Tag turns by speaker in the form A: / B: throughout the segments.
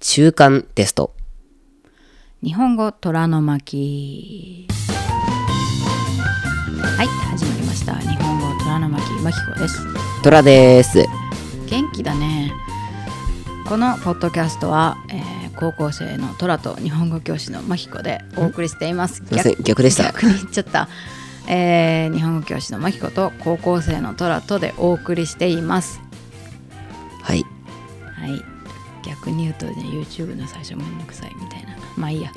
A: 週刊テスト
B: 日本語虎の巻はい始まりました日本語虎の巻まきこです
A: トラです
B: 元気だねこのポッドキャストは、えー高校生の虎と日本語教師のまきこでお送りしています
A: すいません逆でした
B: 逆に言っちゃった、えー日本語教師のまきこと高校生の虎とでお送りしています
A: はい
B: はい逆に言うと、ね、YouTube の最初めんどくさいみたいなまあいいや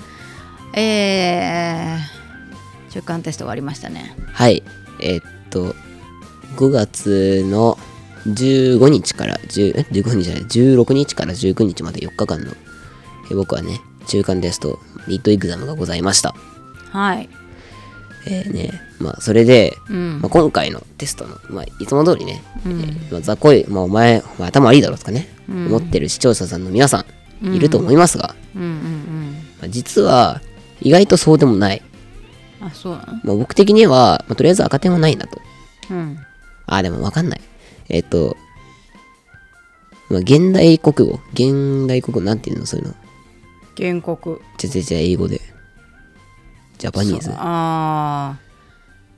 B: えー、中間テストがありましたね
A: はいえーっと5月の15日から10え15日じゃない16日から19日まで4日間のえー僕はね中間テストミッドエグザムがございました
B: はい
A: えーねまあそれで、
B: うん
A: まあ、今回のテストの、まあ、いつも通りね、えーまあ、雑魚い、まあ、お前お前頭悪いだろうとかね、思ってる視聴者さんの皆さんいると思いますが、
B: うんうん
A: まあ実は意外とそうでもない、
B: うんあそうなの
A: まあ、僕的には、まあ、とりあえず赤点はないなと
B: うん
A: あーでもわかんないえっ、と、まあ、現代国語現代国語なんていうのそういうの
B: 原告
A: じゃじゃじゃ英語でジャパニーズ
B: そうあ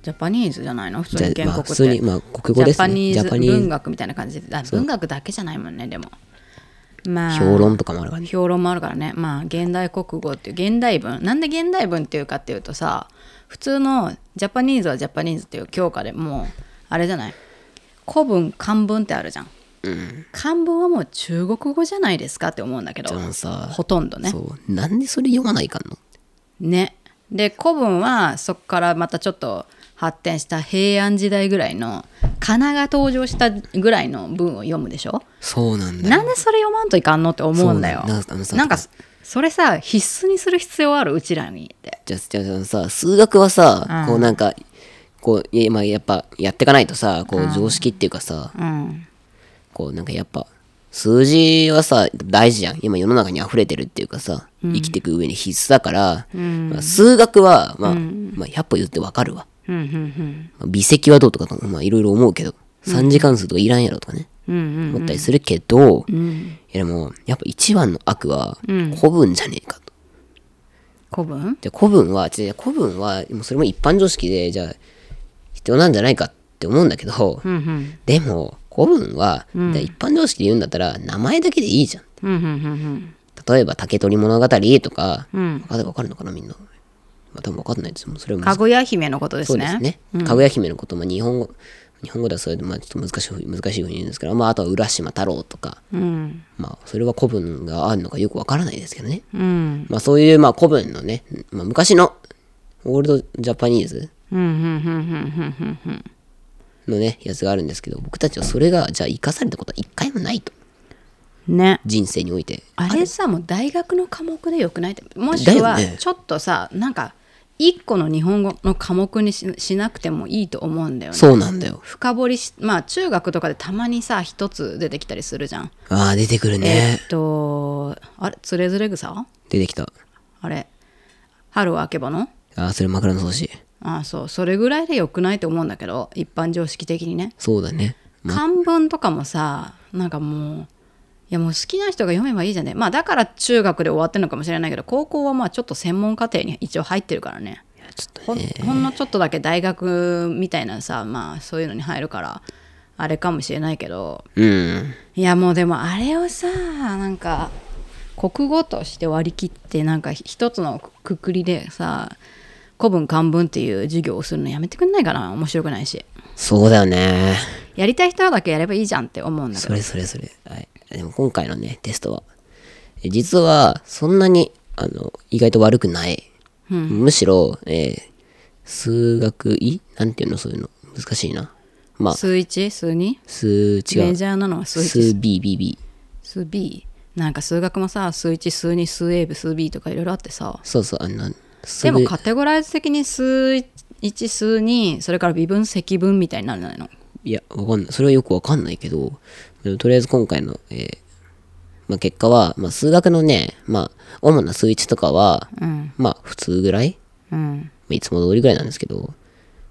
B: ージャパニーズじゃないの普
A: じ
B: 通
A: ゃ
B: に原
A: まあ
B: 告
A: 普
B: って、
A: 通にまあ国語ですね
B: ジャパニーズ文
A: ズ
B: 学みたいな感じであ文学だけじゃないもんねでもまあ
A: 評論とかもあるからね
B: 評論もあるからねまあ現代国語っていう現代文なんで現代文っていうかっていうとさ普通のジャパニーズはジャパニーズっていう教科でもうあれじゃない古文漢文ってあるじゃん、漢文はもう中国語じゃないですかって思うんだけど
A: でもさ
B: ほとんどね
A: そうなんでそれ読まないかんの
B: ねで古文はそこからまたちょっと発展した平安時代ぐらいの仮名が登場したぐらいの文を読むでしょ
A: そうなんだよ
B: なんでそれ読まんといかんのって思うんだよ
A: そうなんだあのさ
B: なんかそれさ必須にする必要あるうちらにって
A: じゃあじゃあじゃあさ数学はさ、
B: うん
A: こうなんかこういや,、まあ、やっぱやっていかないとさこう常識っていうかさ、
B: うん
A: こうなんかやっぱ数字はさ大事じゃん今世の中に溢れてるっていうかさ、生きていく上に必須だから、まあ数学は、まあまあ、100歩言ってわかるわ、
B: うんうん
A: まあ微積はどうとかとかまあいろいろ思うけど3次関数とかいらんやろとかね、
B: うんうん
A: 思ったりするけど、いやでもやっぱ一番の悪は古文じゃねえかと。
B: 古文
A: で古文は、じゃあ古文は、もうそれも一般常識で、じゃあ、必要なんじゃないかって思うんだけど、
B: うんうん
A: でも、古文は、じゃあ一般常識で言うんだったら、名前だけでいいじゃん。
B: うんうんうん
A: 例えば、竹取物語とか、
B: うんうん
A: わかるのかな、みんな。まあ、多分わかんないですよ。もうそれは難
B: か
A: しい
B: ぐや姫のことで
A: そ
B: す
A: うで
B: ね
A: すね。かぐや姫のことも日本語、日本語ではそれで、まあ、ちょっと難しいふう、難しいふうに言うんですけど、まあ、あとは浦島太郎とか、
B: うん
A: まあ、それは古文があるのかよくわからないですけどね。
B: うん
A: まあ、そういう、まあ、古文のね、まあ、昔の、オールドジャパニーズ
B: うんうんうんうんうんうん
A: のね、やつがあるんですけど、僕たちはそれが、じゃあ生かされたことは一回もないと。
B: うんね
A: 人生において。
B: あれさもう大学の科目でよくないってもし
A: だ
B: く
A: よ
B: は
A: ね
B: ちょっとさ、なんか一個の日本語の科目にししなくてもいいと思うんだよね
A: そうなんだよ。
B: 深掘りしまあ中学とかでたまにさ一つ出てきたりするじゃん、
A: ああ、出てくる
B: え
A: ね。
B: ーっとあれつれづれ草
A: 出てきた。
B: あれ春はあけぼの
A: ああ、それ枕のし
B: あそうそれぐらいでよくないと思うんだけど一般常識的にね
A: そうだね。
B: 漢文とかもさなんかもういやもう好きな人が読めばいいじゃんねまあだから中学で終わってるのかもしれないけど高校はまあちょっと専門課程に一応入ってるからね
A: ちょっと
B: ほんほんのちょっとだけ大学みたいなさまあそういうのに入るからあれかもしれないけど
A: うん。
B: いやもうでもあれをさなんか国語として割り切ってなんか一つのくくりでさ古文漢文っていう授業をするのやめてくんないかな面白くないし
A: そうだよね。
B: やりたい人だけやればいいじゃんって思うんだけど
A: それそれそれ。はい。でも今回のね、テストは。え実は、そんなに、あの、意外と悪くない。むしろ、えー数学いなんていうのそういうの。難しいな。まあ、
B: 数 1? 数 2?
A: 数、違
B: メ
A: う。
B: ジャーなのは数
A: 数
B: 1
A: B、B、B。
B: 数 B なんか数学もさ数1数2数 A 部数 B とかいろいろあってさ
A: そうそう、あの、す
B: でも
A: ぐ
B: カテゴライズ的に数1数2それから微分積分みたいになるんじゃないの
A: いや、わかんない。それはよくわかんないけど、でもとりあえず今回の、えーまあ、結果は、まあ、数学のね、まあ、主な数値とかは、
B: うん
A: まあ、普通ぐらい、
B: うん
A: まあいつも通りぐらいなんですけど、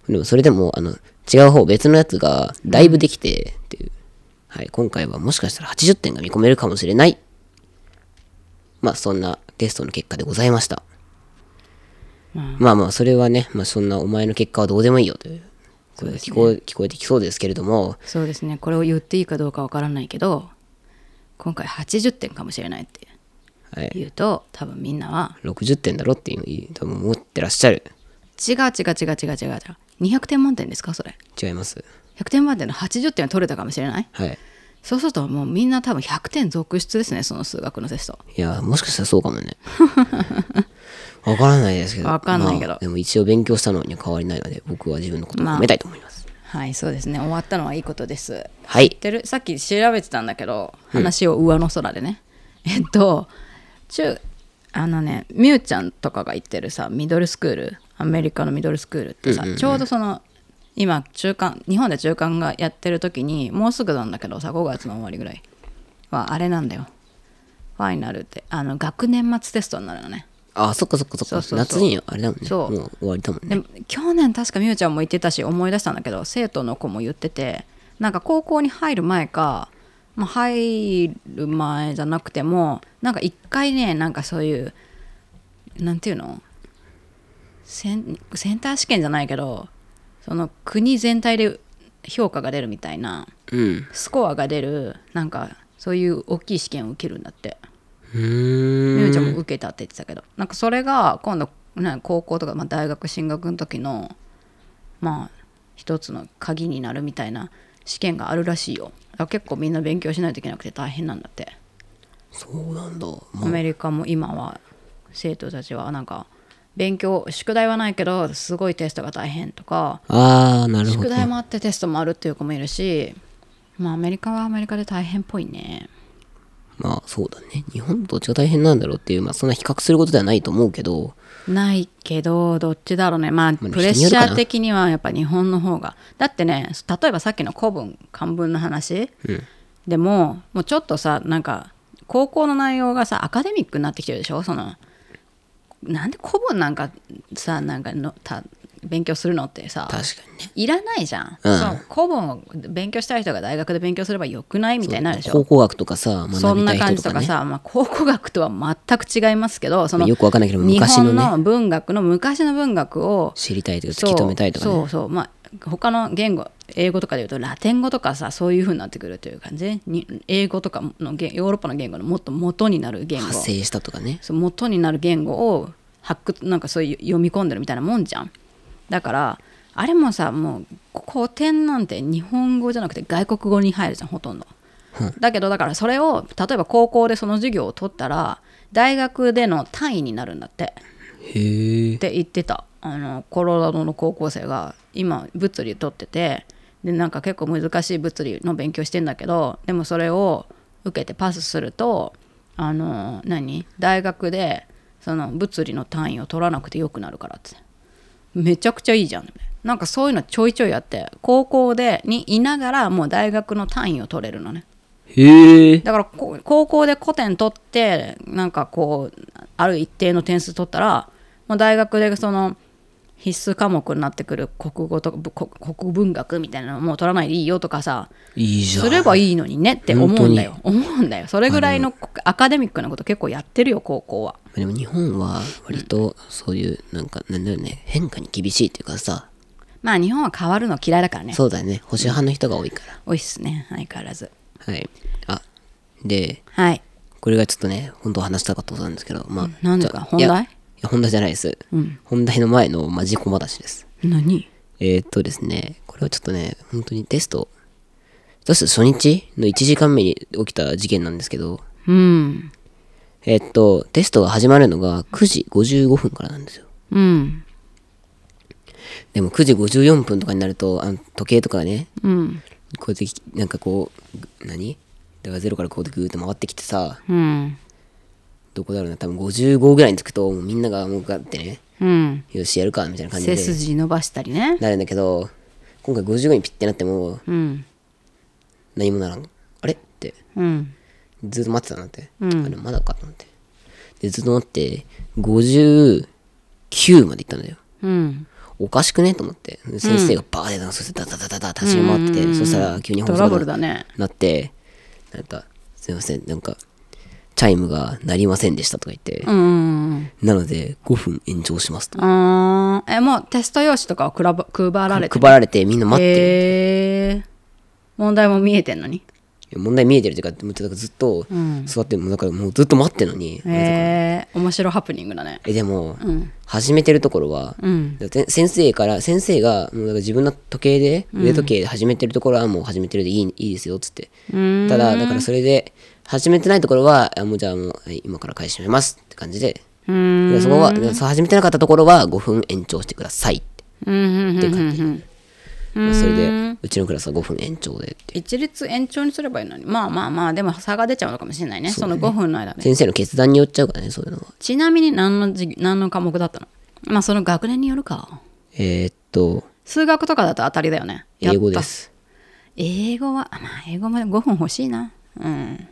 A: でもそれでも、あの、違う方、別のやつが、だいぶできて、っていう。はい、今回はもしかしたら80点が見込めるかもしれない。まあそんなテストの結果でございました。まあまあそれはね、まあそんなお前の結果はどうでもいいよという、これ聞こえ、聞こえてきそうですけれども、
B: そうですねこれを言っていいかどうかわからないけど今回80点かもしれないって
A: はい、
B: 言うと多分みんなは
A: 60点だろっていう多分思ってらっしゃる。
B: 違う違う違う違う違う違う200点満点ですかそれ
A: 違います。
B: 100点満点の80点は取れたかもしれない
A: はい。
B: そうするともうみんな多分100点続出ですねその数学のテスト
A: いや、もしかしたらそうかもね。 わからないですけど。
B: わかんないけど
A: まあでも一応勉強したのには変わりないので、僕は自分のことを褒めたいと思います。
B: はいそうですね終わったのはいいことです
A: はい
B: 知っ。てるさっき調べてたんだけど話を上の空でね、 えっと中あのねみゆちゃんとかが行ってるさミドルスクールアメリカのミドルスクールってさ、ちょうどその今中間日本で中間がやってる時にもうすぐなんだけどさ5月の終わりぐらいはあれなんだよファイナルってあの学年末テストになるのね
A: あそっかそっかそっか。
B: そうそうそう
A: 夏にあれだもんね。
B: そう
A: もう終わりだもん
B: で
A: ね。
B: も去年確かみゆちゃんも言ってたし思い出したんだけど生徒の子も言っててなんか高校に入る前か、まあ、入る前じゃなくてもなんか一回ねなんかそういうなんていうのセンセンター試験じゃないけどその国全体で評価が出るみたいな
A: うん。
B: スコアが出るなんかそういう大きい試験を受けるんだって。
A: うーん。
B: みゆちゃんも受けたって言ってたけどなんかそれが今度、ね、高校とか、まあ、大学進学の時のまあ一つの鍵になるみたいな試験があるらしいよだから結構みんな勉強しないといけなくて大変なんだって
A: そうなんだ。
B: アメリカも今は生徒たちはなんか勉強宿題はないけどすごいテストが大変とか
A: あー、なるほ
B: 宿
A: ど。
B: 題もあってテストもあるっていう子もいるしまあアメリカはアメリカで大変っぽいね
A: まあそうだね。日本どっちが大変なんだろうっていう、まあそんな比較することではないと思うけど、
B: ないけどどっちだろうねまあ
A: まあ
B: プレッシャー的にはやっぱ日本の方がだってね例えばさっきの古文漢文の話、でももうちょっとさなんか高校の内容がさアカデミックになってきてるでしょそのなんで古文なんかさなんかのた勉強するのってさ
A: 確かにね。
B: いらないじゃん、
A: うん
B: そう古文を勉強したい人が大学で勉強すればよくないみたいになるでしょ
A: 考古学とかさ、
B: そ
A: 学
B: ん
A: びた
B: ない感
A: 人
B: じ
A: と
B: と
A: か
B: か
A: ね。
B: さ、まあ、考古学とは全く違いますけどその
A: よくわかんないけど昔のね
B: 日本の文学の昔の文学を
A: 知りたいというか
B: そう
A: 突き止めたいとかね。
B: そうそうまあ他の言語英語とかでいうとラテン語とかさそういう風になってくるという感じに英語とかの言ヨーロッパの言語のもっと元になる言語
A: 発生したとかね。
B: そう元になる言語を発掘なんかそういう読み込んでるみたいなもんじゃんだからあれもさもう古典なんて日本語じゃなくて外国語に入るじゃんほとんど、だけどだからそれを例えば高校でその授業を取ったら大学での単位になるんだって
A: へえ
B: っ。て言ってたあのコロラドの高校生が今物理取っててでなんか結構難しい物理の勉強してんだけどでもそれを受けてパスするとあの何大学でその物理の単位を取らなくてよくなるからってめちゃくちゃいいじゃんなんかそういうのちょいちょいあって高校でにいながらもう大学の単位を取れるのね
A: へえ。
B: だからこ高校で古典取ってなんかこうある一定の点数取ったらもう大学でその必須科目になってくる国語とかぶこ国文学みたいなのもう取らないでいいよとかさ
A: いいじゃん。
B: すればいいのにねって思うんだよ思うんだよそれぐらいのアカデミックなこと結構やってるよ高校は
A: でも日本は割とそういうなんかなんだよね変化に厳しいっていうかさ
B: まあ日本は変わるの嫌いだからね
A: そうだよね保守派の人が多いか
B: 多いっすね相変わらず
A: らはいあで
B: はい
A: これがちょっとね本当は話したかったことなんですけどまあ
B: なんでか
A: ちょ
B: 本
A: いや
B: 題
A: いや本題じゃないです、本題の前のまあ自己話です
B: 何
A: えー、っとですねこれはちょっとね本当にテストテスト初日の1時間目に起きた事件なんですけど
B: うん
A: えーっとテストが始まるのが9時55分からなんですよ
B: うん
A: でも9時54分とかになるとあの時計とかがね
B: うん
A: こうやってきなんかこうぐ何だからゼロからこうでぐーっと回ってきてさ
B: うん
A: どこだろうな多分55ぐらいに着くともうみんながもうガッてね
B: うん
A: よしやるかみたいな感じ
B: 背
A: で
B: 筋伸ばしたりね
A: なるんだけど今回55にピッてなっても
B: うん
A: 何もならんあれって
B: うん
A: ずっと待ってたなって、あれまだかと思ってでずっと待って59まで行ったんだよ
B: うん
A: おかしくねと思って先生がバーでそしてダダダダダ立ち回っててそしたら急に
B: ト
A: 放送
B: ラ
A: が
B: ブルだね
A: なってなんかすいませんなんかチャイムが鳴りませんでしたとか言って、
B: うんうん
A: なので5分延長しますと。
B: うんあーえもうテスト用紙とかをくらば配られて
A: 配られてみんな待ってる。
B: へえ問題も見えてんのに
A: 問題見えてるというか、もうだからずっと座ってもうだからもうずっと待ってるのに、あれだから
B: へえ面白ハプニングだね
A: えでも、始めてるところは、
B: うん
A: だって先生から先生がもうだから自分の時計で腕時計で始めてるところはもう始めてるでいい,、いいですよっつって
B: うん
A: ただだからそれで始めてないところはあもうじゃあもうはい今から開始しますって感じで
B: うー
A: だ
B: ん
A: からそこはだからそう始めてなかったところは5分延長してくださいって、
B: うんうんうんうんうん
A: まあそれでうちのクラスは5分延長でって
B: 一律延長にすればいいのにまあまあまあでも差が出ちゃうのかもしれないねその5分の間で
A: 先生の決断によっちゃうからねそういうのは
B: ちなみに何の授業何の科目だったのまあその学年によるか
A: えー、っと
B: 数学とかだと当たりだよねやった
A: 英語です
B: 英語はまあ英語まで5分欲しいなうん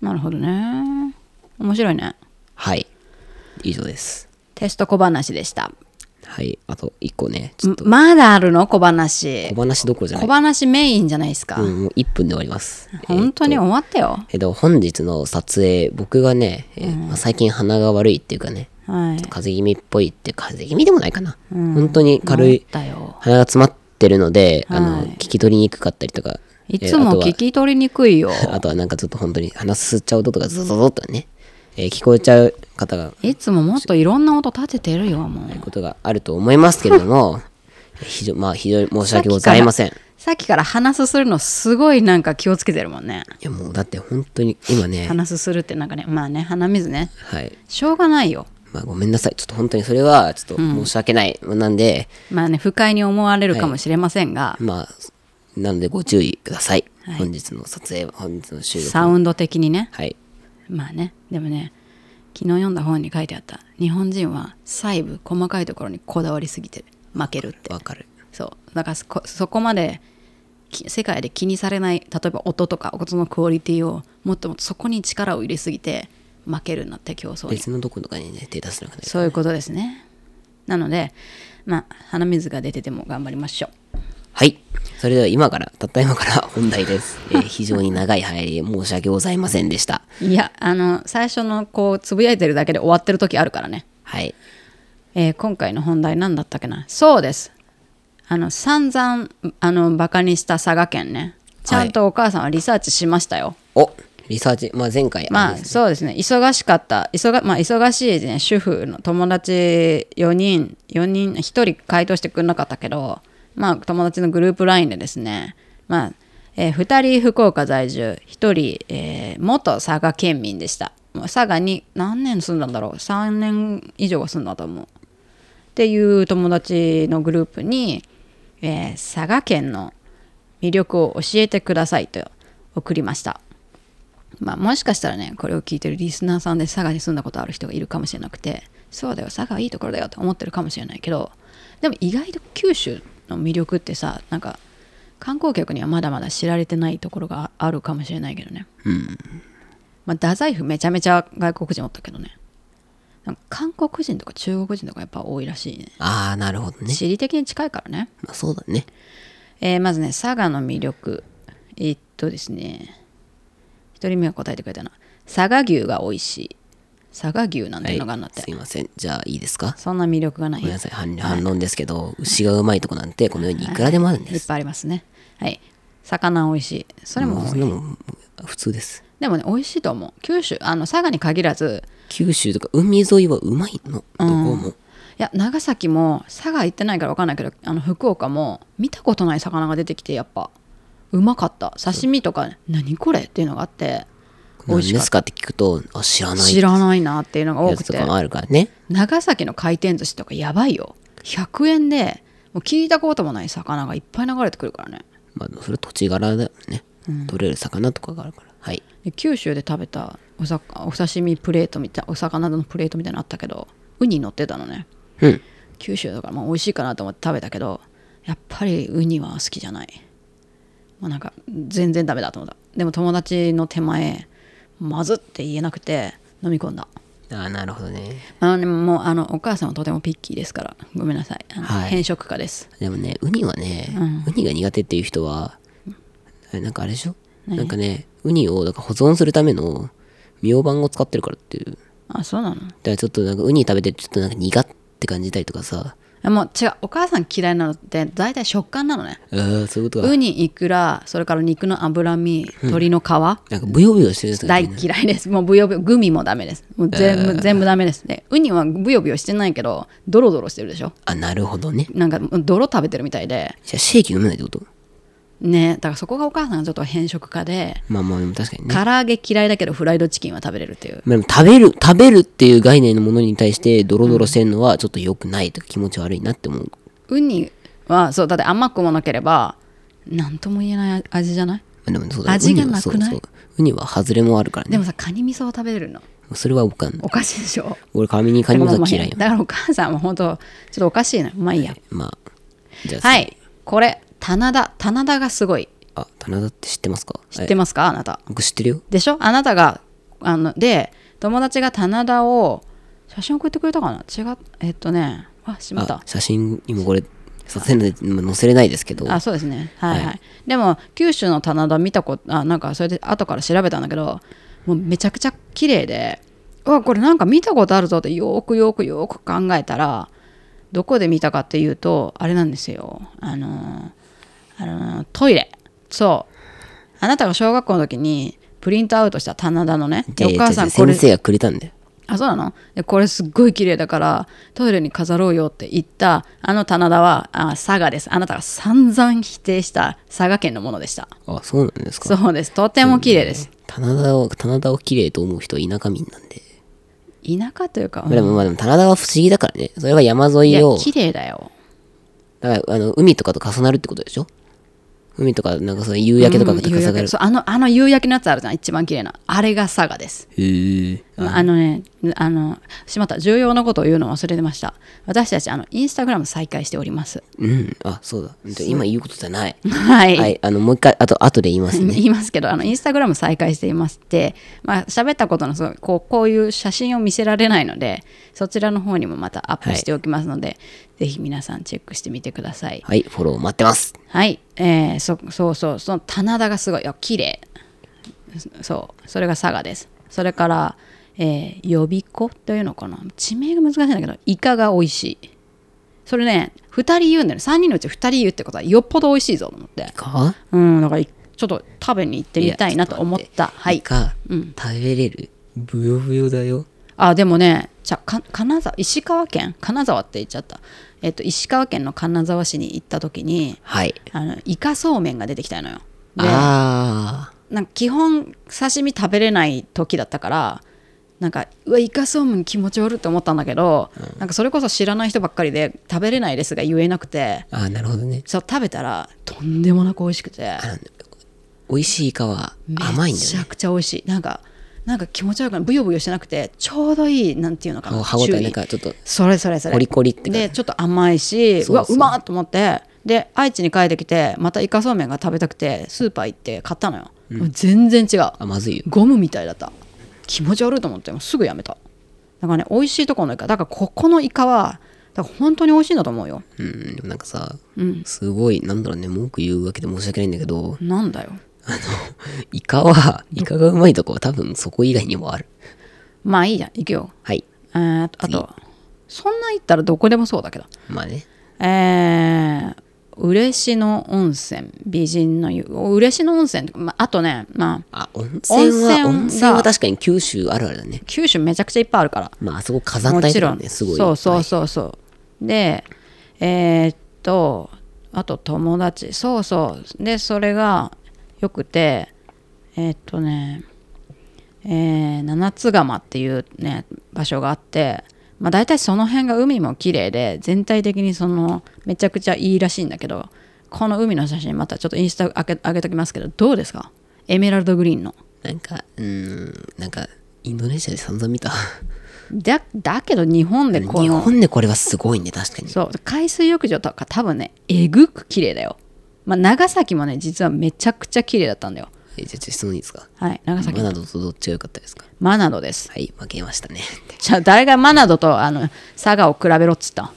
B: なるほどね面白いね
A: はい以上です
B: テスト小話でした
A: はいあと1個ねちょっと
B: まだあるの小話
A: 小話どころじゃない
B: 小話メインじゃないですか、
A: うん、もう1分で終わります。
B: 本当に終わったよ、
A: えっと、本日の撮影、僕がね、えーまあ、最近鼻が悪いっていうかね、
B: はい
A: 風邪気味っぽいって、風邪気味でもないかな。本当に軽
B: 治
A: い
B: っ、たよ
A: 鼻が詰まってるので、あの、聞き取りにくかったりとか、
B: いつも聞き取りにくい よ
A: えーあとは、あとはなんかちょっと本当に鼻すすっちゃう音とか、ズズズっとね、えー聞こえちゃう方が、
B: いつももっといろんな音立ててるよもう
A: ことがあると思いますけれど も、非常、まあ、非常に申し訳ございません。い
B: さっきから話すするのすごいなんか気をつけてるもんね
A: や、もうだって本当に、今ね、
B: 話すするってなんかねまあね鼻水ね
A: はい。
B: しょうがないよ
A: まあ、ごめんなさい。ちょっと本当にそれは、ちょっと申し訳ない。なんで、
B: まあね不快に思われるかもしれませんが、
A: まあ、なのでご注意ください。本日の撮影、本日の収録。
B: サウンド的にね
A: はい。
B: まあねでもね昨日読んだ本に書いてあった日本人は細部細かいところにこだわりすぎて負けるって
A: わかる。
B: そうだからそこそこまでき世界で気にされない例えば音とか音のクオリティをもっともっとそこに力を入れすぎて負けるんだって競争に
A: 別のとことかにね、手出せなくなる。
B: そういうことですねなのでまあ鼻水が出てても頑張りましょう
A: はい。それでは今から、たった今から本題です。 えー非常に長い入り、申し訳ございませんでした。
B: いやあの最初のこうつぶやいてるだけで終わってる時あるからね
A: はい。
B: えー今回の本題何だったっけなそうですあの散々あのバカにした佐賀県ねちゃんとお母さんはリサーチしましたよ、
A: おリサーチ、まあ前回、
B: まあそうですね忙しかった忙,、まあ、忙しい、ね、主婦の友達4人4人1人回答してくれなかったけどまあ友達のグループ LINE でですねまあ、えー2人福岡在住1人、えー元佐賀県民でしたもう佐賀に何年住んだんだろう3年以上は住んだと思うっていう友達のグループに、えー佐賀県の魅力を教えてくださいと送りましたまあ、もしかしたらねこれを聞いてるリスナーさんで佐賀に住んだことある人がいるかもしれなくてそうだよ佐賀いいところだよと思ってるかもしれないけどでも意外と九州の魅力ってさなんか観光客にはまだまだ知られてないところがあるかもしれないけどねうんまあ太宰府めちゃめちゃ外国人おったけどねなんか韓国人とか中国人とかやっぱ多いらしいね
A: ああ、なるほどね。
B: 地理的に近いからね
A: まあそうだね。
B: えーまずね佐賀の魅力えーっとですね一人目が答えてくれたな佐賀牛が美味しい佐賀牛なんていうのがあるんだって、
A: すいません。じゃあいいですか
B: そんな魅力がない
A: ごめんなさい。反反論ですけど、牛がうまいとこなんて、この世にいくらでもあるんで
B: いっ
A: す。
B: ぱいありますねはい魚美味しいそれも、
A: もうそんなもん普通です。
B: でもね美味しいと思う九州あの佐賀に限らず
A: 九州とか海沿いはうまいの、どこも。
B: いや長崎も佐賀行ってないから分かんないけどあの福岡も見たことない魚が出てきてやっぱうまかった刺身とか何これっていうのがあって美味
A: 何で
B: しかっ
A: すかって聞くと、あ、知ら
B: た
A: ない
B: 知らないなっていうのが多
A: や
B: く
A: つと
B: て
A: かもあるからね。
B: 長崎の回転寿司とかやばいよ100円でもう聞いたこともない魚がいっぱい流れてくるからね
A: まあ、それ土地柄だよね。取れる魚とかがあるから。はい。
B: で九州で食べたおさお刺身プレートみたいお魚のプレートみたいなのあったけどウニ乗ってたのね
A: うん。
B: 九州だからまあ美味しいかなと思って食べたけどやっぱりウニは好きじゃないまあなんか全然ダメだと思ったでも友達の手前まずって言えなくて飲み込んだ
A: ああ、なるほどね。
B: あのねもうあのお母さんはとてもピッキーですからごめんなさいあの、
A: はい
B: 変色家です
A: でもね、ウニはね、ウニが苦手っていう人は、あれなんかあれでしょなんかね、ウニをだから保存するための、ミョウバンを使ってるからっていう。だか
B: あそうなの
A: らちょっとなんかウニ食べてちょっとなんか苦って感じたりとかさ。
B: えもう違うお母さん嫌いなのって大体食感なのね
A: ああ、そういうことか
B: ウ。ニイクラそれから肉の脂身鶏の皮、
A: なんかブヨブヨしてるやつが
B: 大嫌いです。もうブヨブヨ、グミもダメです。もう全部、全部ダメですね。ウニはブヨブヨしてないけど、ドロドロしてるでしょ。
A: あ、なるほどね。
B: なんか泥食べてるみたいで、
A: じゃあシェイキ飲めないってこと
B: ね、だからそこがお母さんがちょっと変色家で、
A: まあまあでも確かにね。
B: 唐揚げ嫌いだけどフライドチキンは食べれるっていう。
A: まあでも食べる、食べるっていう概念のものに対してドロドロしてるのはちょっと良くないとか気持ち悪いなって思う。
B: ウニは、そう、だって甘くもなければ、なんとも言えない味じゃない
A: まあでもそうだ
B: 味がなく
A: ウニは
B: ない
A: そうそうウニは外れもあるから
B: で
A: ね。
B: もさ、カニ味噌を食べれるの。
A: それはわかんない。
B: おかしいでしょ
A: 俺、髪にカニ
B: だからも
A: も
B: う
A: さ嫌いよ。
B: だからお母さんも本当ちょっとおかしいな。まあいいや。
A: まあ、じゃあ、
B: はい。これ、棚田。棚田がすごい。
A: あ、棚田って知ってますか
B: 知っ
A: え
B: てますかあなた。
A: 僕知ってるよ。
B: でしょあなたがあので友達が棚田を写真送ってくれたかな違うえっとねあしまった
A: あ、写真にもこれ、させない、まあ載せれないですけど、
B: あそうですねはいはい、でも九州の棚田見たことあなんかそれで後から調べたんだけどもうめちゃくちゃ綺麗でうわこれなんか見たことあるぞってよーくよーくよーく考えたらどこで見たかっていうとあれなんですよあのーあのートイレそうあなたが小学校の時にプリントアウトした棚田のね
A: で
B: でお母さん
A: じゃ
B: こ
A: あ
B: れ
A: 先生がくれたんだよ。
B: あそうなのでこれすっごい綺麗だからトイレに飾ろうよって言ったあの棚田はあ佐賀ですあなたが散々否定した佐賀県のものでした
A: あ、そうなんですか。
B: そうですとても綺麗です
A: 棚田を、棚田を綺麗と思う人は田舎民なんで。
B: 田舎というか、
A: まあでも、まあでも棚田は不思議だからね。それは山沿
B: い
A: い
B: や
A: を、
B: 綺麗だよ
A: だからあの海とかと重なるってことでしょ海とか、なんかその夕焼けとかと
B: うん
A: 重な
B: 夕焼
A: る
B: け。そうあのあの夕焼けのやつあるじゃん一番綺麗なあれが佐賀です
A: へえ。
B: あのねあのしまった重要なことを言うのを忘れてました私たちあのインスタグラム再開してお ります
A: うん。あ、そうだ。じゃあ今言うことじゃない。
B: はい、
A: はい。あの、もう一回、あと、後で言いますね。
B: 言いますけどあのインスタグラム再開していましてまあ喋ったことのすごいこうこういう写真を見せられないのでそちらの方にもまたアップしておきますので、ぜひ皆さんチェックしてみてください
A: はい、フォロー待ってます。
B: はい、えーそそうそうその棚田がすごいいや綺麗そうそれが佐賀ですそれから、えー予備校というのかな地名が難しいんだけどイカが美味しいそれね2人言うんだよね3人のうち2人言うってことはよっぽど美味しいぞと思って
A: か
B: うん、だからいちょっと食べに行ってみたいなと思った。はい。
A: か、食べれるブヨブヨだよ。
B: あ、でもね、じゃあか金沢、石川県金沢って言っちゃった。えっと、石川県の金沢市に行った時に、
A: はい。
B: あの、イカそうめんが出てきたのよ。で、
A: あ
B: なんか基本刺身食べれない時だったからなんかうわイカそうめん気持ち悪いって思ったんだけど、なんかそれこそ知らない人ばっかりで食べれないですが言えなくて
A: ーあー、なるほどね。
B: そう食べたらとんでもなく美味しくて
A: 美味しいイカは甘いんだ
B: め
A: よ
B: ち
A: ね。
B: ゃくちゃ美味しいなんかなんか気持ち悪くないブヨブヨしてなくてちょうどいいなんていうのかな
A: 歯ごたえ
B: 周囲
A: なんかちょっと
B: それそれそれ
A: コリコリって感じ
B: でちょっと甘いし
A: そうそう
B: わうまっと思ってで愛知に帰ってきてまたイカそうめんが食べたくてスーパー行って買ったのよ、もう全然違う
A: あ、まずいよ。
B: ゴムみたいだった気持ち悪いと思ってもうすぐやめただからね美味しいところのイカだからここのイカはだから本当に美味しいんだと思うよ
A: うん、でもなんかさ、すごい、なんだろうね、文句言うわけで申し訳ないんだけど、
B: なんだよ
A: あの、イカ は、イカがうまいとこは多分そこ以外にもある。
B: まあいいじゃん行くよ
A: はい。
B: えーあとそんなん言ったらどこでもそうだけど
A: まあね。
B: えー、嬉野温泉美人の湯嬉野温泉とか、まあ、あとね、まあ、
A: あ、温泉は、
B: 温泉が
A: 温泉は確かに九州あるあるだね。
B: 九州めちゃくちゃいっぱいあるから
A: まあ、あそこ飾っ
B: も
A: たり
B: ち
A: と
B: ろ
A: か
B: ん、
A: ね、すごい。
B: そうそうそうそう、でえーっとあと友達そうそうでそれがよくてえーっとねえー七津釜っていうね場所があってまあ大体その辺が海も綺麗で全体的にそのめちゃくちゃいいらしいんだけどこの海の写真またちょっとインスタ上げ上げときますけどどうですかエメラルドグリーンの
A: なんか、うーん、なんか、インドネシアで散々見た。
B: だだけど日本でこ
A: 日
B: の
A: 本でこれはすごいね、確かに。
B: そう海水浴場とか多分ねえぐく綺麗だよ、まあ、長崎もね実はめちゃくちゃ綺麗だったんだよ
A: え、じゃあ、質問いいですか
B: はい長
A: マ
B: 崎
A: ナドとどっちが良かったですか
B: マナドです
A: はい、負けましたね。って
B: じゃあ誰がマナドとあの佐賀を比べろっつったの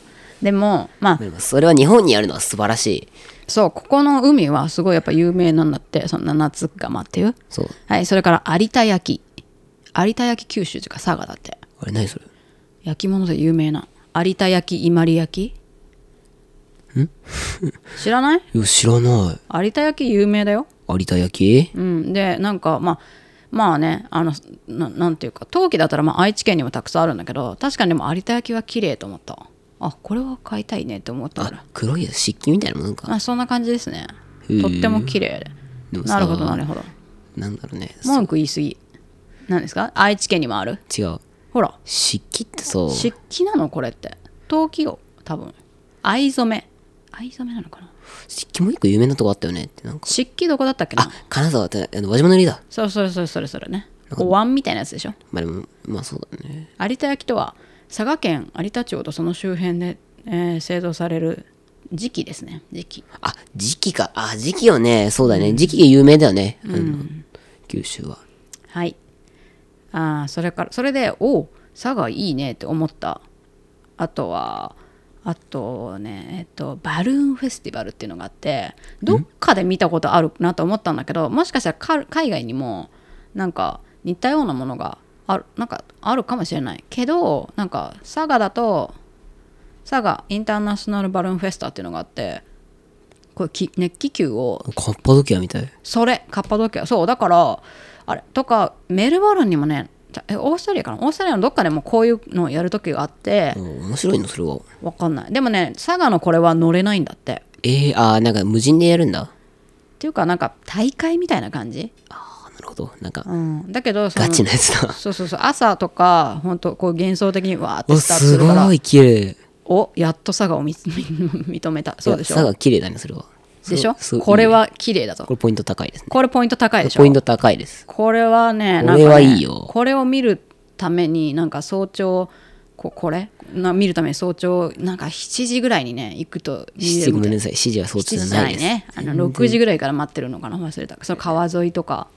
B: でも
A: ま
B: まあ
A: あでもそれは日本にあるのは素晴らしい。
B: そうここの海はすごいやっぱ有名なんだってその七つ釜っていう
A: そう。
B: はいそれから有田焼有田焼九州というか佐賀だって
A: あれ何それ
B: 焼き物で有名な有田焼伊万里焼ん知らない
A: いや知らない
B: 有田焼有名だよ
A: 有田焼
B: うん、でなんかまあまあねあのななんていうか陶器だったらまあ愛知県にもたくさんあるんだけど確かにでも有田焼は綺麗と思ったあこれは買いたいねって思ったから
A: あ黒いやつ漆器みたいなもんか
B: あそんな感じですね
A: へえ
B: とっても綺麗
A: で
B: で
A: もさ
B: なるほどなるほど
A: なんだろうね
B: 文句言い過ぎ何ですか愛知県にもある
A: 違う
B: ほら
A: 漆器ってさ
B: 漆器なのこれって陶器を多分藍染め藍染めなのかな
A: 漆器もう一個有名なとこあったよねってなんか
B: 漆器どこだったっけ
A: あ
B: な
A: 金沢ってあの輪島塗りだ
B: そうそうそうそれそれねお椀みたいなやつでしょ
A: まあでもまあそうだね
B: 有田焼とは佐賀県有田町とその周辺で、えー製造される磁器ですね磁器
A: あ時期かあ時期よねそうだね時期が有名だよね、あの九州は
B: はいあーそれからそれでおう佐賀いいねって思ったあとはあとねえっとバルーンフェスティバルっていうのがあってどっかで見たことあるなと思ったんだけどもしかしたらか海外にもなんか似たようなものがあるなんかあるかもしれないけどなんか佐賀だと佐賀インターナショナルバルーンフェスタっていうのがあってこれき熱気球を
A: カッパドキアみたい
B: それカッパドキアそうだからあれとかメルボルンにもねじゃえオーストラリアかなオーストラリアのどっかでもこういうのをやる時があって
A: お面白いのそれは
B: わかんないでもね佐賀のこれは乗れないんだって
A: えー、あーなんか無人でやるんだ
B: っていうかなんか大会みたいな感じ、
A: あなるほどなんか
B: うん、だけどその
A: ガチなやつだ
B: そうそうそう朝とか本当こう幻想的にわーって
A: お
B: スタートす
A: す
B: るから
A: ごい綺麗
B: おやっと佐賀を見つ 認めたそうでし
A: いや佐
B: ょ
A: 賀綺麗だねそれは
B: でしょ
A: そう
B: これは綺麗だと
A: これポイント高いですね
B: これポイント高いでしょ
A: ポイント高いです
B: これはね
A: こ
B: なんか
A: れ
B: ね
A: はいいよ
B: これを見るためになんか早朝ここれな見るために早朝なんか7時ぐらいにね行くと見れ
A: 七
B: る
A: ごめ
B: みた
A: ん
B: い
A: なさい指示は装置
B: 7
A: じ
B: 時
A: ゃ
B: じゃ
A: な
B: ないい
A: です
B: ねあの6時ぐらいから待ってるのかな忘れたその川沿いとか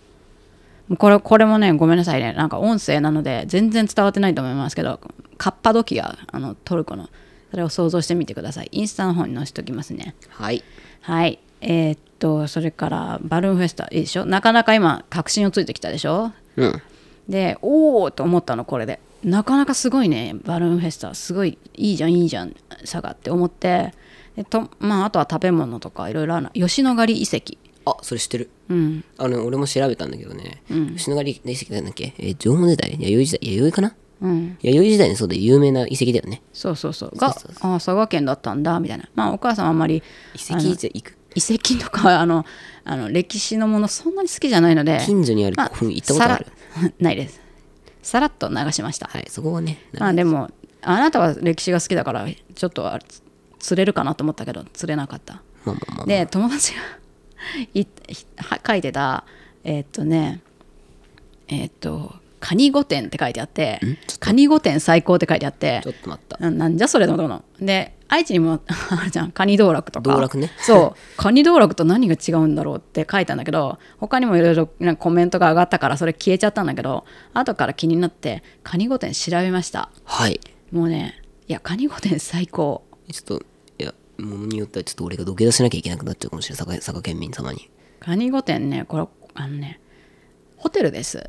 B: もうこれこれもねごめんなさいねなんか音声なので全然伝わってないと思いますけどカッパドキアあのトルコのそれを想像してみてくださいインスタの方に載せておきますね
A: はい
B: はい。えーっと、それからバルーンフェスタ、いいでしょなかなか今、確信をついてきたでしょ
A: うん
B: で、おおと思ったの、これで。なかなかすごいね、バルーンフェスタ、すごいいいじゃん、いいじゃん、佐賀って思って、でとまあ、あとは食べ物とかいろいろあるの吉野ヶ里遺跡。
A: あそれ知ってる
B: うん。
A: あの俺も調べたんだけどね、吉野ヶ里遺跡なんだっけ、えー縄文時代弥生時代弥生かな
B: うん。
A: 弥生時代にそうで有名な遺跡だよね
B: そうそうそう。が、ああ、佐賀県だったんだ、みたいな。まあ、お母さんはあんまり
A: 遺跡じゃ行く
B: 遺跡とか、あ の、あの歴史のもの、そんなに好きじゃないので、
A: 近所にある
B: まあ
A: 古墳行ったことある、
B: さら ないです。さらっと流しました。
A: はいそこはね
B: まあでもあなたは歴史が好きだからちょっとあれつ釣れるかなと思ったけど釣れなかった
A: まあまあまあ
B: で友達がいひは書いてたえーっとねえーっと「カニ御殿」って書いてあって「カニ御殿最高」って書いてあって
A: ちょっと待った
B: ななんじゃそれのもので愛知にも あるじゃんカニ道楽とか
A: 道楽ね
B: そうカニ道楽と何が違うんだろうって書いたんだけど他にもいろいろなんかコメントが上がったからそれ消えちゃったんだけど後から気になってカニ御殿調べました
A: はい
B: もうねいやカニ御殿最高
A: ちょっといやものによってはちょっと俺が土下座しなきゃいけなくなっちゃうかもしれない佐賀佐賀県民様に
B: カニ御殿ねこれあのねホテルです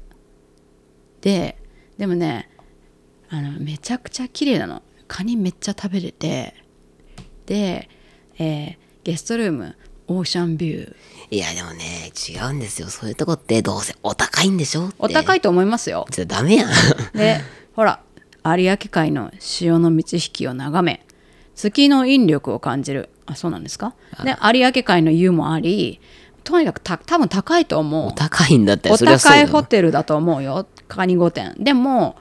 B: ででもねあのめちゃくちゃ綺麗なのカニめっちゃ食べれてで、えーゲストルームオーシャンビュー
A: いやでもね違うんですよそういうとこってどうせお高いんでしょって
B: お高
A: い
B: いと思いますよ
A: じゃダメやん
B: でほら有明海の潮の満ち引きを眺め月の引力を感じるあそうなんですかで有明海の湯もありとにかくた多分高いと思う
A: お高いんだったら
B: お
A: それはそう
B: 高い
A: だ
B: ホ
A: わ
B: テルだと思うよカニ御殿でも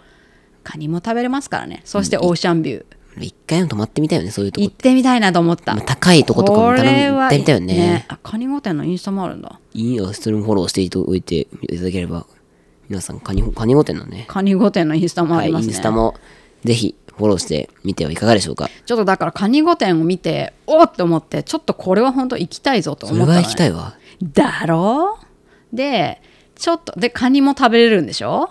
B: カニも食べれますからねそしてオーシャンビュー、
A: 一回も泊まってみたいよねそういうとこ
B: 行ってみたいなと思った、
A: まあ高いとことかも頼んでみたいよね
B: あカニ御殿のインスタもあるんだ
A: いいよそれもフォローしておいていただければ皆さんカニカニ御殿のね
B: カニ御殿のインスタもあ
A: はい
B: りま
A: イ
B: す
A: ン
B: ね、
A: スタもぜひフォローしてみてはいかがでしょうか
B: ちょっとだからカニ御殿を見ておっと思ってちょっとこれは本当行きたいぞと
A: そ
B: 思
A: れ
B: った
A: は
B: のね
A: 行きたいわ
B: だろうでちょっとでカニも食べれるんでしょ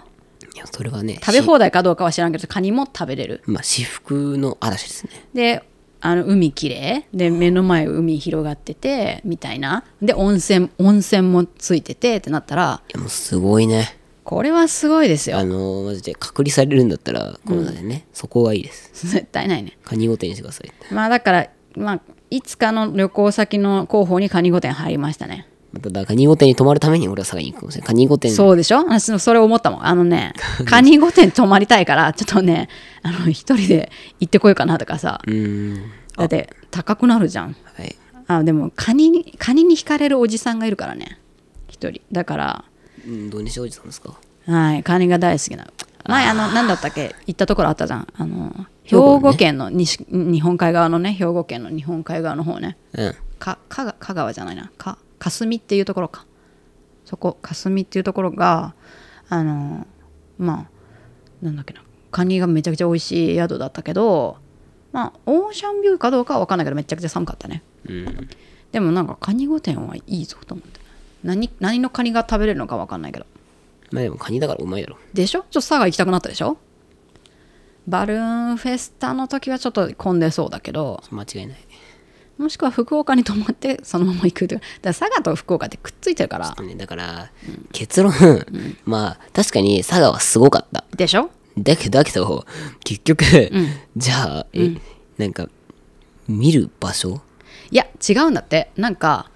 A: いやそれはね
B: 食べ
A: し
B: 放題かどうかは知らんけどカニも食べれる
A: まあ私服の嵐ですね
B: であの海きれいで目の前海広がっててみたいなで温泉温泉もついててってなったら
A: いやもうすごいね
B: これはすごいです
A: あ
B: よ
A: のマジで隔離されるんだったらコロナでね、そこがいいです
B: 絶対ないね
A: カニ御殿にしてください
B: まあだからまあいつかの旅行先の候補にカニ御殿入りましたね
A: まただからカニ御殿に泊まるために俺は佐賀に行くかもしれないカニ御殿
B: そうでしょ私それ思ったもんあの ねカニ御殿泊まりたいからちょっとねあの一人で行ってこようかなとかさ
A: うーん
B: だって高くなるじゃん
A: はい
B: あでもカニにカニに惹かれるおじさんがいるからね一人だから
A: うんどうにしようじさんですか
B: はいカニが大好きな前あの何だったっけ行ったところあったじゃんあの兵
A: 兵庫のね
B: 庫県の西日本海側のね兵庫県の日本海側の方ね
A: うん
B: かかが香川じゃないなか霞っていうところかそこ霞っていうところがあのまあなんだっけなカニがめちゃくちゃ美味しい宿だったけどまあオーシャンビューかどうかは分かんないけどめちゃくちゃ寒かったね
A: うん
B: でもなんかカニ御殿はいいぞと思って何何のカニが食べれるのか分かんないけど
A: まあでもカニだからうまいだろ
B: でしょちょっと佐賀行きたくなったでしょバルーンフェスタの時はちょっと混んでそうだけど
A: 間違いない
B: もしくは福岡に泊まってそのまま行くとかだから佐賀と福岡ってくっついてるから
A: ねだから、結論、まあ確かに佐賀はすごかった
B: でしょ
A: だけどだけど結局、じゃあえ、なんか見る場所
B: いや違うんだってなんか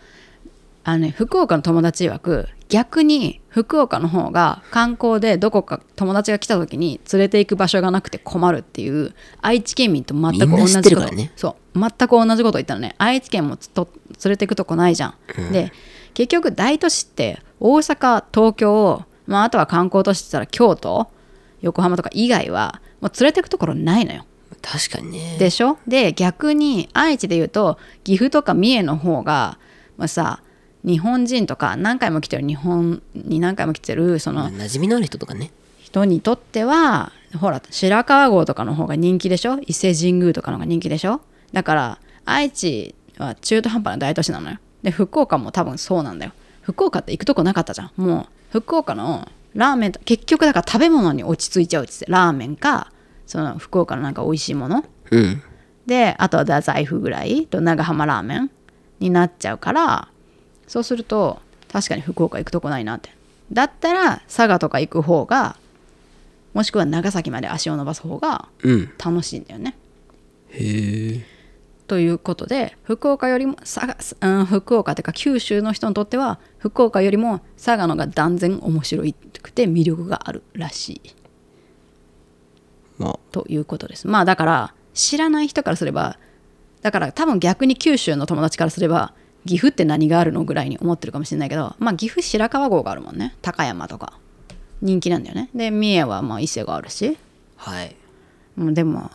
B: あのね福岡の友達曰く逆に福岡の方が観光でどこか友達が来た時に連れて行く場所がなくて困るっていう愛知県民と全く
A: みん
B: 同
A: な
B: じ
A: 知
B: こ
A: ってる
B: と
A: からね
B: そう全く同じこと言ったのね愛知県もつと連れて行くとこないじゃん、で結局大都市って大阪東京、まあ、あとは観光都市って言ったら京都横浜とか以外はもう連れて行くところないのよ
A: 確かにね
B: でしょで逆に愛知で言うと岐阜とか三重の方が、まあ、さ日本人とか何回も来てる日本に何回も来てるそ
A: まあ
B: の
A: 馴染みのある人とかね
B: 人にとってはほら白川郷とかの方が人気でしょ伊勢神宮とかの方が人気でしょだから愛知は中途半端な大都市なのよで福岡も多分そうなんだよ福岡って行くとこなかったじゃんもう福岡のラーメンと結局だから食べ物に落ち着いちゃうっつってラーメンかその福岡のなんか美味しいもの
A: うん
B: であとは太宰府ぐらいと長浜ラーメンになっちゃうからそうすると確かに福岡行くとこないなってだったら佐賀とか行く方がもしくは長崎まで足を伸ばす方が
A: うん
B: 楽しいんだよね
A: へえ
B: ということで福岡よりも佐賀、うん、福岡っていうか九州の人にとっては福岡よりも佐賀のが断然面白いくて魅力があるらしい
A: まあ
B: ということですまあだから知らない人からすればだから多分逆に九州の友達からすれば岐阜って何があるのぐらいに思ってるかもしれないけどまあ岐阜白川郷があるもんね高山とか人気なんだよねで三重はまあ伊勢があるし
A: はい
B: うんでも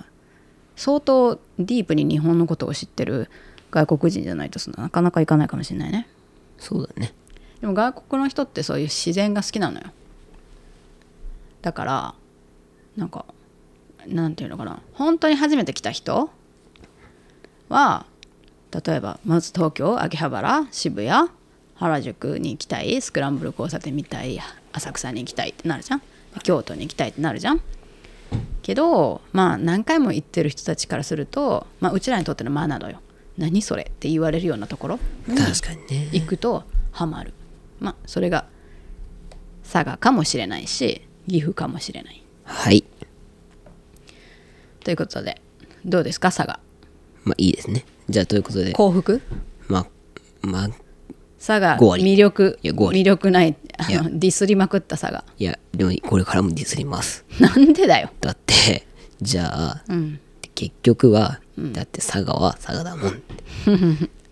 B: 相当ディープに日本のことを知ってる外国人じゃないとそのなかなか行かないかもしれないね
A: そうだね
B: でも外国の人ってそういう自然が好きなのよだからなんかなんていうのかな本当に初めて来た人は例えばまず東京秋葉原渋谷原宿に行きたいスクランブル交差点みたい浅草に行きたいってなるじゃん京都に行きたいってなるじゃんけどまあ何回も行ってる人たちからすると、まあ、うちらにとってのマナーだよ何それって言われるようなところに
A: 確かにね
B: 行くとハマるまあそれが佐賀かもしれないし岐阜かもしれない
A: はい
B: ということでどうですか佐賀
A: まあいいですねじゃあということで
B: 幸福
A: まあまあ
B: 佐賀
A: 五割
B: 魅力
A: いや五割
B: 魅力ないあ
A: いや
B: のディスりまくった佐賀
A: いやでもこれからもディスります
B: なんでだよ
A: だってじゃあ、
B: ん
A: 結局はだって佐賀は佐賀だもん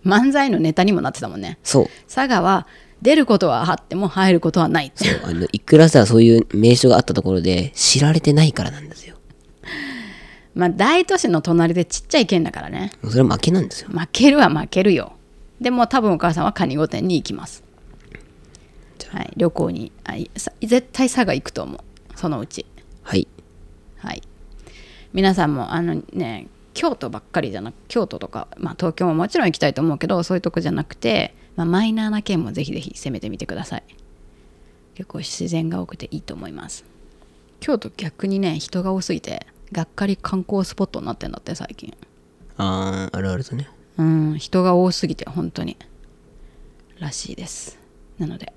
B: 漫才のネタにもなってたもんね
A: そう
B: 佐賀は出ることはあっても入ることはないって
A: あのいくらさそういう名所があったところで知られてないからなんですよ
B: まあ大都市の隣でちっちゃい県だからね
A: それは負けなんですよ
B: 負けるは負けるよでも多分お母さんはカニ御殿に行きますはい旅行にあいさ絶対佐賀行くと思うそのうち
A: はい
B: はい皆さんもあのね京都ばっかりじゃなく京都とか、まあ、東京ももちろん行きたいと思うけどそういうとこじゃなくて、まあ、マイナーな県もぜひぜひ攻めてみてください結構自然が多くていいと思います京都逆にね人が多すぎてがっかり観光スポットになってんだって最近
A: あーあるあるとね
B: うん人が多すぎて本当にらしいですなので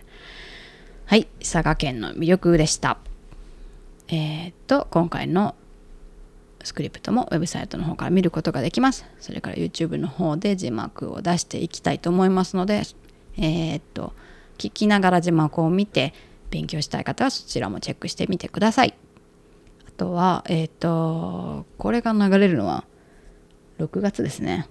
B: はい佐賀県の魅力でしたえーっと今回のスクリプトもウェブサイトの方から見ることができますそれから YouTube の方で字幕を出していきたいと思いますのでえーっと聞きながら字幕を見て勉強したい方はそちらもチェックしてみてくださいあとはえーっとこれが流れるのは6月ですね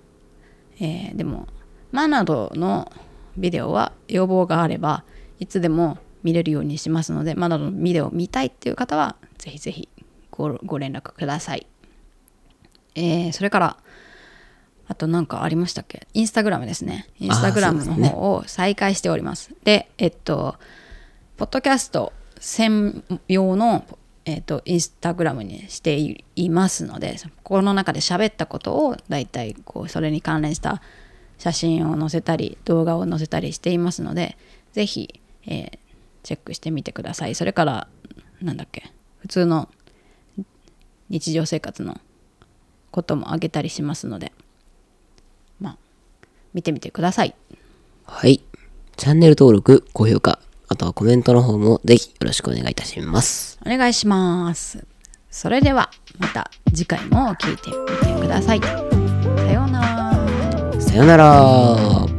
B: えーでもマナドのビデオは要望があればいつでも見れるようにしますのでマナドのビデオを見たいっていう方はぜひぜひごご連絡ください、えーそれからあと何かありましたっけインスタグラムですねインスタグラムの方を再開しておりますでえっとポッドキャスト専用の、えっとインスタグラムにしていいますのでこの中で喋ったことをだいたいこうそれに関連した写真を載せたり動画を載せたりしていますのでぜひ、えーチェックしてみてくださいそれからなんだっけ普通の日常生活のこともあげたりしますのでまあ見てみてください
A: はい。チャンネル登録、高評価、あとはコメントの方もぜひよろしくお願いいたします。
B: お願いしますそれではまた次回も聞いてみてくださいさようなら
A: さよなら。